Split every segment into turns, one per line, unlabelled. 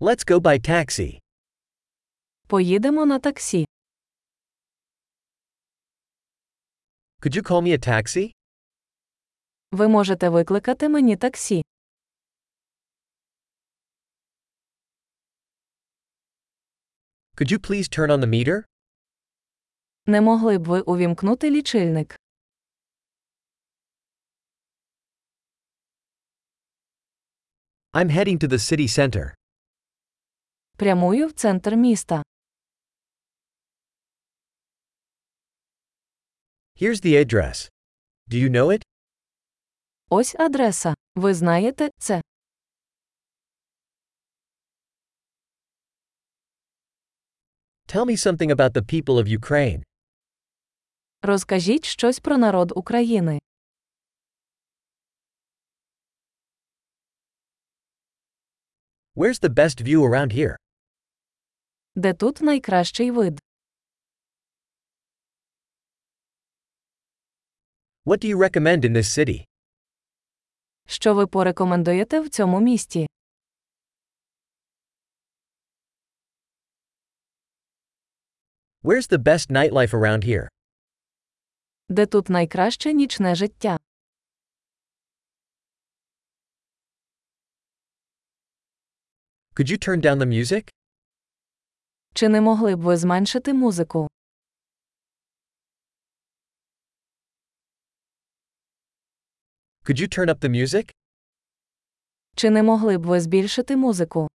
Let's go by taxi.
Поїдемо на таксі.
Could you call me a taxi?
Ви можете викликати мені таксі.
Could you please turn on the meter?
Не могли б ви увімкнути лічильник?
I'm heading to the city center.
Прямую в центр міста.
Here's the address. Do you know it?
Ось адреса. Ви знаєте це.
Tell me something about the people of Ukraine.
Розкажіть щось про народ України.
Where's the best view around here?
Де тут найкращий вид?
What do you recommend in this city?
Що ви порекомендуєте в цьому місті?
Where's the best nightlife around here?
Де тут найкраще нічне життя?
Could you turn down the music?
Чи не могли б ви зменшити музику?
Could you turn up the music?
Чи не могли б ви збільшити музику?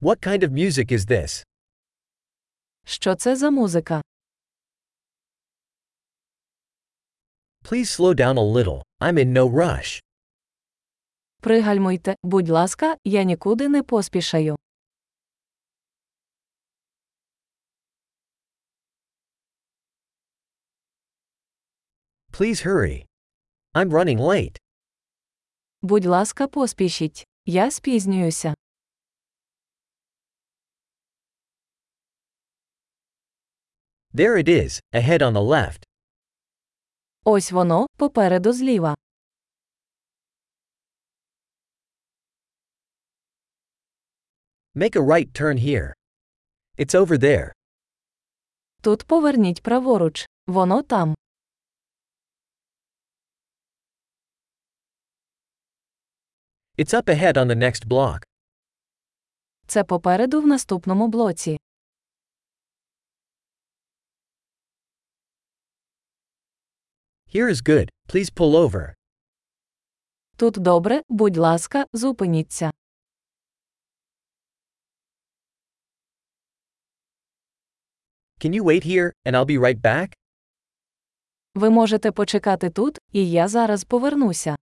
What kind of music is this?
Що це за музика?
Please slow down a little. I'm in no rush.
Пригальмуйте, будь ласка, я нікуди не поспішаю.
Please hurry. I'm running late.
Будь ласка, поспішіть. Я спізнююся.
There it is, ahead on the left.
Ось воно, попереду зліва.
Make a right turn here. It's over there.
Тут поверніть праворуч. Воно там.
It's up ahead on the next block.
Це попереду в наступному блоці.
Here is good, please pull over.
Тут добре, будь ласка, зупиніться.
Can you wait here, and I'll be right back?
Ви можете почекати тут, і я зараз повернуся.